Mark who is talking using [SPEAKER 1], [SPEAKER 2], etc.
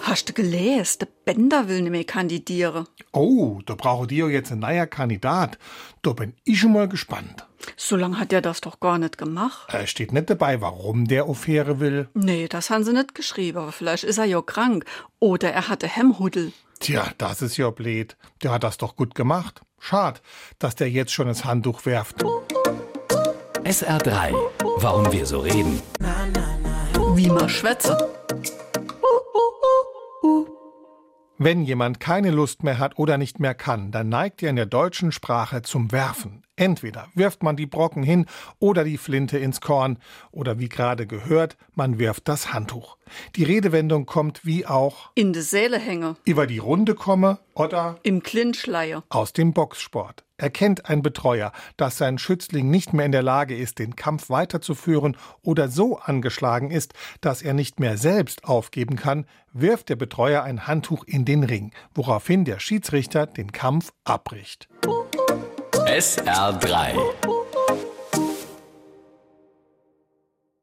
[SPEAKER 1] hast du gelesen? Der Bender will nicht mehr kandidieren.
[SPEAKER 2] Oh, da brauche ich jetzt einen neuen Kandidat. Da bin ich schon mal gespannt.
[SPEAKER 1] So lange hat er das doch gar nicht gemacht.
[SPEAKER 2] Äh, steht nicht dabei, warum der Affäre will.
[SPEAKER 1] Nee, das haben sie nicht geschrieben, aber vielleicht ist er ja krank. Oder er hatte Hemmhudel.
[SPEAKER 2] Tja, das ist ja blöd. Der hat das doch gut gemacht. Schad, dass der jetzt schon das Handtuch werft.
[SPEAKER 3] SR3. Warum wir so reden.
[SPEAKER 1] Wie man schwätze.
[SPEAKER 2] Wenn jemand keine Lust mehr hat oder nicht mehr kann, dann neigt er in der deutschen Sprache zum Werfen. Entweder wirft man die Brocken hin oder die Flinte ins Korn oder wie gerade gehört, man wirft das Handtuch. Die Redewendung kommt wie auch
[SPEAKER 1] In de Seele hänge.
[SPEAKER 2] über die Runde komme oder
[SPEAKER 1] Im Klinschleier.
[SPEAKER 2] aus dem Boxsport. Erkennt ein Betreuer, dass sein Schützling nicht mehr in der Lage ist, den Kampf weiterzuführen oder so angeschlagen ist, dass er nicht mehr selbst aufgeben kann, wirft der Betreuer ein Handtuch in den Ring, woraufhin der Schiedsrichter den Kampf abbricht.
[SPEAKER 3] SR3.